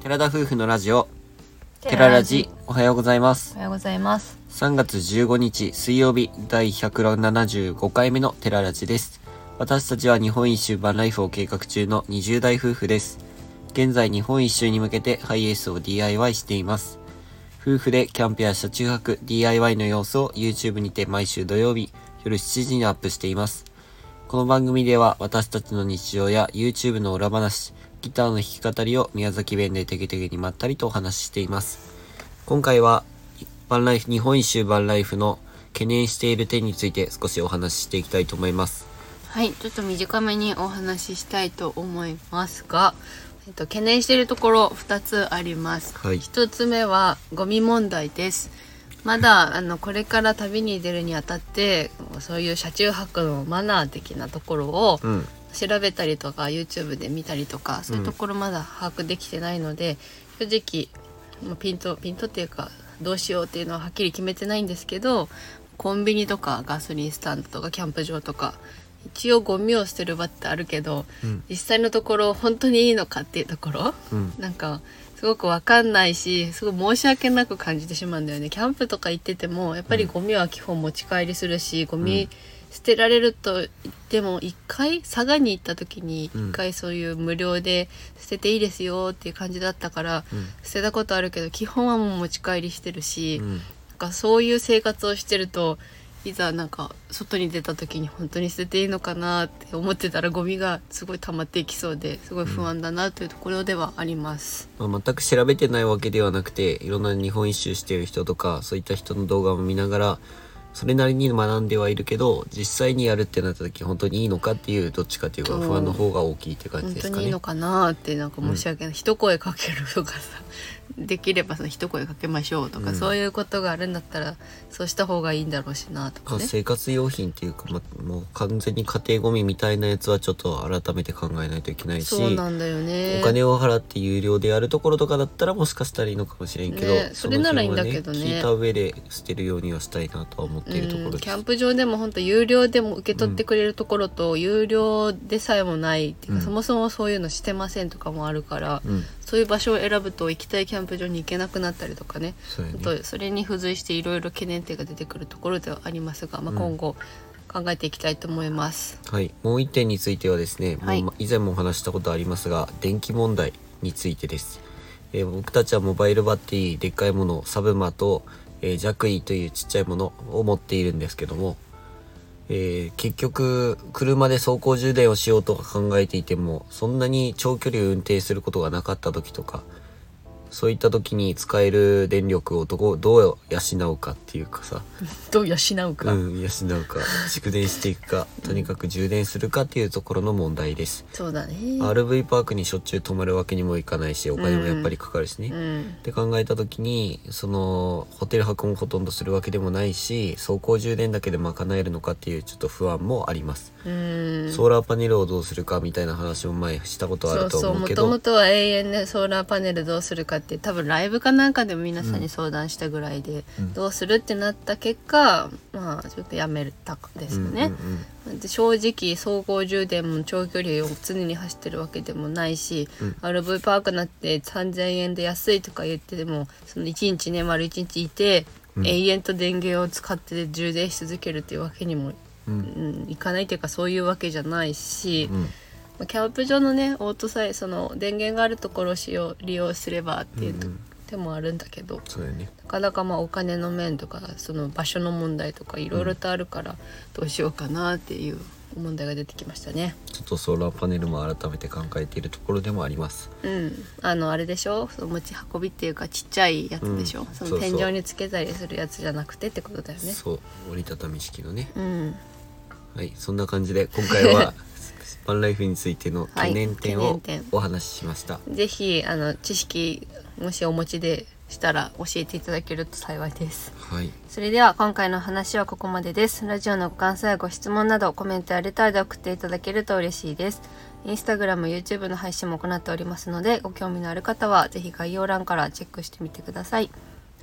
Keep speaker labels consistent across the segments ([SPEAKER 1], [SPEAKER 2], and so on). [SPEAKER 1] 寺田夫婦のラジオ、寺ラジ、おはようございま
[SPEAKER 2] お
[SPEAKER 1] す。
[SPEAKER 2] はようございます。
[SPEAKER 1] 3月15日水曜日第175回目の寺ラジです。私たちは日本一周バンライフを計画中の20代夫婦です。現在日本一周に向けてハイエースを DIY しています。夫婦でキャンプや車中泊、DIY の様子を YouTube にて毎週土曜日夜7時にアップしています。この番組では私たちの日常や YouTube の裏話、ギターの弾き語りを宮崎弁でテケテケにまったりとお話ししています。今回はバンライフ、日本一周バンライフの懸念している点について少しお話ししていきたいと思います。
[SPEAKER 2] はい、ちょっと短めにお話ししたいと思いますが、えっと、懸念しているところ2つあります。
[SPEAKER 1] はい
[SPEAKER 2] 1つ目はゴミ問題です。まだあのこれから旅に出るにあたってそういう車中泊のマナー的なところを
[SPEAKER 1] うん。
[SPEAKER 2] 調べたりとか YouTube で見たりとかそういうところまだ把握できてないので、正直もうピントピントっていうかどうしようっていうのははっきり決めてないんですけどコンビニとかガソリンスタンドとかキャンプ場とか一応ゴミを捨てる場ってあるけど、
[SPEAKER 1] うん
[SPEAKER 2] 実際のところ本当にいいのかっていうところ
[SPEAKER 1] うん。
[SPEAKER 2] なんかすごくわかんないしすごい申し訳なく感じてしまうんだよねキャンプとか行っててもやっぱりゴミは基本持ち帰りするしゴミ捨てられると言っても一回佐賀に行った時に
[SPEAKER 1] うん
[SPEAKER 2] 一回そういう無料で捨てていいですよっていう感じだったから
[SPEAKER 1] うん
[SPEAKER 2] 捨てたことあるけど基本はもう持ち帰りしてるし、
[SPEAKER 1] うん。
[SPEAKER 2] なんかそういう生活をしてるといざなんか外に出た時に本当に捨てていいのかなって思ってたらゴミがすごい溜まっていきそうですごい不安だなというところではあります。
[SPEAKER 1] まあ、全く調べてないわけではなくていろんな日本一周してる人とかそういった人の動画を見ながらそれなりに学んではいるけど実際にやるってなった時本当にいいのかっていうどっちかというか
[SPEAKER 2] うん
[SPEAKER 1] 不安の方が大きいって感じ
[SPEAKER 2] 本
[SPEAKER 1] で
[SPEAKER 2] 当
[SPEAKER 1] すか
[SPEAKER 2] にい
[SPEAKER 1] ね。
[SPEAKER 2] いのかなってなんか申し訳ない、一声かけるとかさできればその一声かけましょうとか、
[SPEAKER 1] うん
[SPEAKER 2] そういうことがあるんだったらそうした方がいいんだろうしなとか
[SPEAKER 1] あ
[SPEAKER 2] ね。
[SPEAKER 1] 生活用品っていうか、まあ、もう完全に家庭ゴミみたいなやつはちょっと改めて考えないといけないし
[SPEAKER 2] そうなんだよね
[SPEAKER 1] お金を払って有料でやるところとかだったらもしかしたらいいのかもしれんけど、
[SPEAKER 2] ねそれならいいんだけどね
[SPEAKER 1] その辺は聞いた上で捨てるようにはしたいなとは思っているところ
[SPEAKER 2] う
[SPEAKER 1] で
[SPEAKER 2] ん
[SPEAKER 1] す。
[SPEAKER 2] キャンプ場でも本当有料でも受け取ってくれるところと、有料でさえもないっていう
[SPEAKER 1] う
[SPEAKER 2] か、
[SPEAKER 1] ん
[SPEAKER 2] そもそもそういうのしてませんとかもあるから、
[SPEAKER 1] うん、
[SPEAKER 2] そういう場所を選ぶと行きたいキャンプ場に行けなくなったりとかね
[SPEAKER 1] そうや
[SPEAKER 2] あ
[SPEAKER 1] ね。
[SPEAKER 2] とそれに付随していろいろ懸念点が出てくるところではありますが、まあ、
[SPEAKER 1] うん
[SPEAKER 2] 今後考えていきたいと思 います。
[SPEAKER 1] はい、もう一点についてはですね、
[SPEAKER 2] はい
[SPEAKER 1] もう以前もお話ししたことありますが電気問題についてです、えー僕たちはモバイルバッテリーでっかいものサブマと、えー、ジャクイというちっちゃいものを持っているんですけども、えー結局車で走行充電をしようとか考えていてもそんなに長距離を運転することがなかった時とかそういった時に使える電力をどこどう養うかっていうかさ
[SPEAKER 2] どう養うか、
[SPEAKER 1] うん、養うか蓄電していくかとにかく充電するかっていうところの問題です、
[SPEAKER 2] そうだね。
[SPEAKER 1] RV パークにしょっちゅう泊まるわけにもいかないしお金もやっぱりかかるしね、
[SPEAKER 2] う
[SPEAKER 1] っ
[SPEAKER 2] ん、
[SPEAKER 1] て考えた時にそのホテル泊もほとんどするわけでもないし走行充電だけで賄えるのかっていうちょっと不安もあります、
[SPEAKER 2] うん
[SPEAKER 1] ソーラーパネルをどうするかみたいな話も前したことあ
[SPEAKER 2] そ
[SPEAKER 1] る
[SPEAKER 2] う
[SPEAKER 1] と
[SPEAKER 2] そう
[SPEAKER 1] 思う
[SPEAKER 2] も
[SPEAKER 1] け
[SPEAKER 2] と
[SPEAKER 1] ど
[SPEAKER 2] もとは永遠でソーラーパネルどうするかって多分ライブかなんかでも皆さんに相談したぐらいで、
[SPEAKER 1] うん
[SPEAKER 2] どうするってなった結果まあちょっとやめたんですよね、
[SPEAKER 1] うんうん
[SPEAKER 2] で正直総合充電も長距離を常に走ってるわけでもないし、
[SPEAKER 1] うん
[SPEAKER 2] RV パークなんて3,000円で安いとか言っててもその1日ね丸1日いて、
[SPEAKER 1] うん
[SPEAKER 2] 永遠と電源を使って充電し続けるっていうわけにも、
[SPEAKER 1] うん
[SPEAKER 2] うん、いかないというかそういうわけじゃないし。
[SPEAKER 1] うんうん
[SPEAKER 2] まあキャンプ場のねオートさえその電源があるところを使用利用すればっていう
[SPEAKER 1] う
[SPEAKER 2] と
[SPEAKER 1] んうん
[SPEAKER 2] 手もあるんだけど、
[SPEAKER 1] そうだよね
[SPEAKER 2] なかなかまあお金の面とかその場所の問題とかいろいろとあるからどうしようかなっていう問題が出てきましたね。
[SPEAKER 1] ちょっとソーラーパネルも改めて考えているところでもあります
[SPEAKER 2] うん、あのあれでしょその持ち運びっていうかちっちゃいやつでしょ、
[SPEAKER 1] うん
[SPEAKER 2] そ
[SPEAKER 1] そ
[SPEAKER 2] の
[SPEAKER 1] うそう
[SPEAKER 2] 天井につけたりするやつじゃなくてってことだよね。
[SPEAKER 1] そう折りたたみ式のね
[SPEAKER 2] うん、
[SPEAKER 1] はい、そんな感じで今回 はバンライフについての懸念点
[SPEAKER 2] はい
[SPEAKER 1] を
[SPEAKER 2] 懸念点
[SPEAKER 1] お話ししました。
[SPEAKER 2] ぜひあの知識もしお持ちでしたら教えていただけると幸いです。
[SPEAKER 1] はい、
[SPEAKER 2] それでは今回の話はここまでです。ラジオのご感想やご質問などコメントやレターで送っていただけると嬉しいです。インスタグラム、YouTube の配信も行っておりますので、ご興味のある方はぜひ概要欄からチェックしてみてください。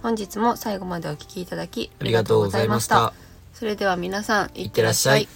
[SPEAKER 2] 本日も最後までお聞きいただき
[SPEAKER 1] ありがとうございました。
[SPEAKER 2] それでは皆さん、い
[SPEAKER 1] いってらっしゃい。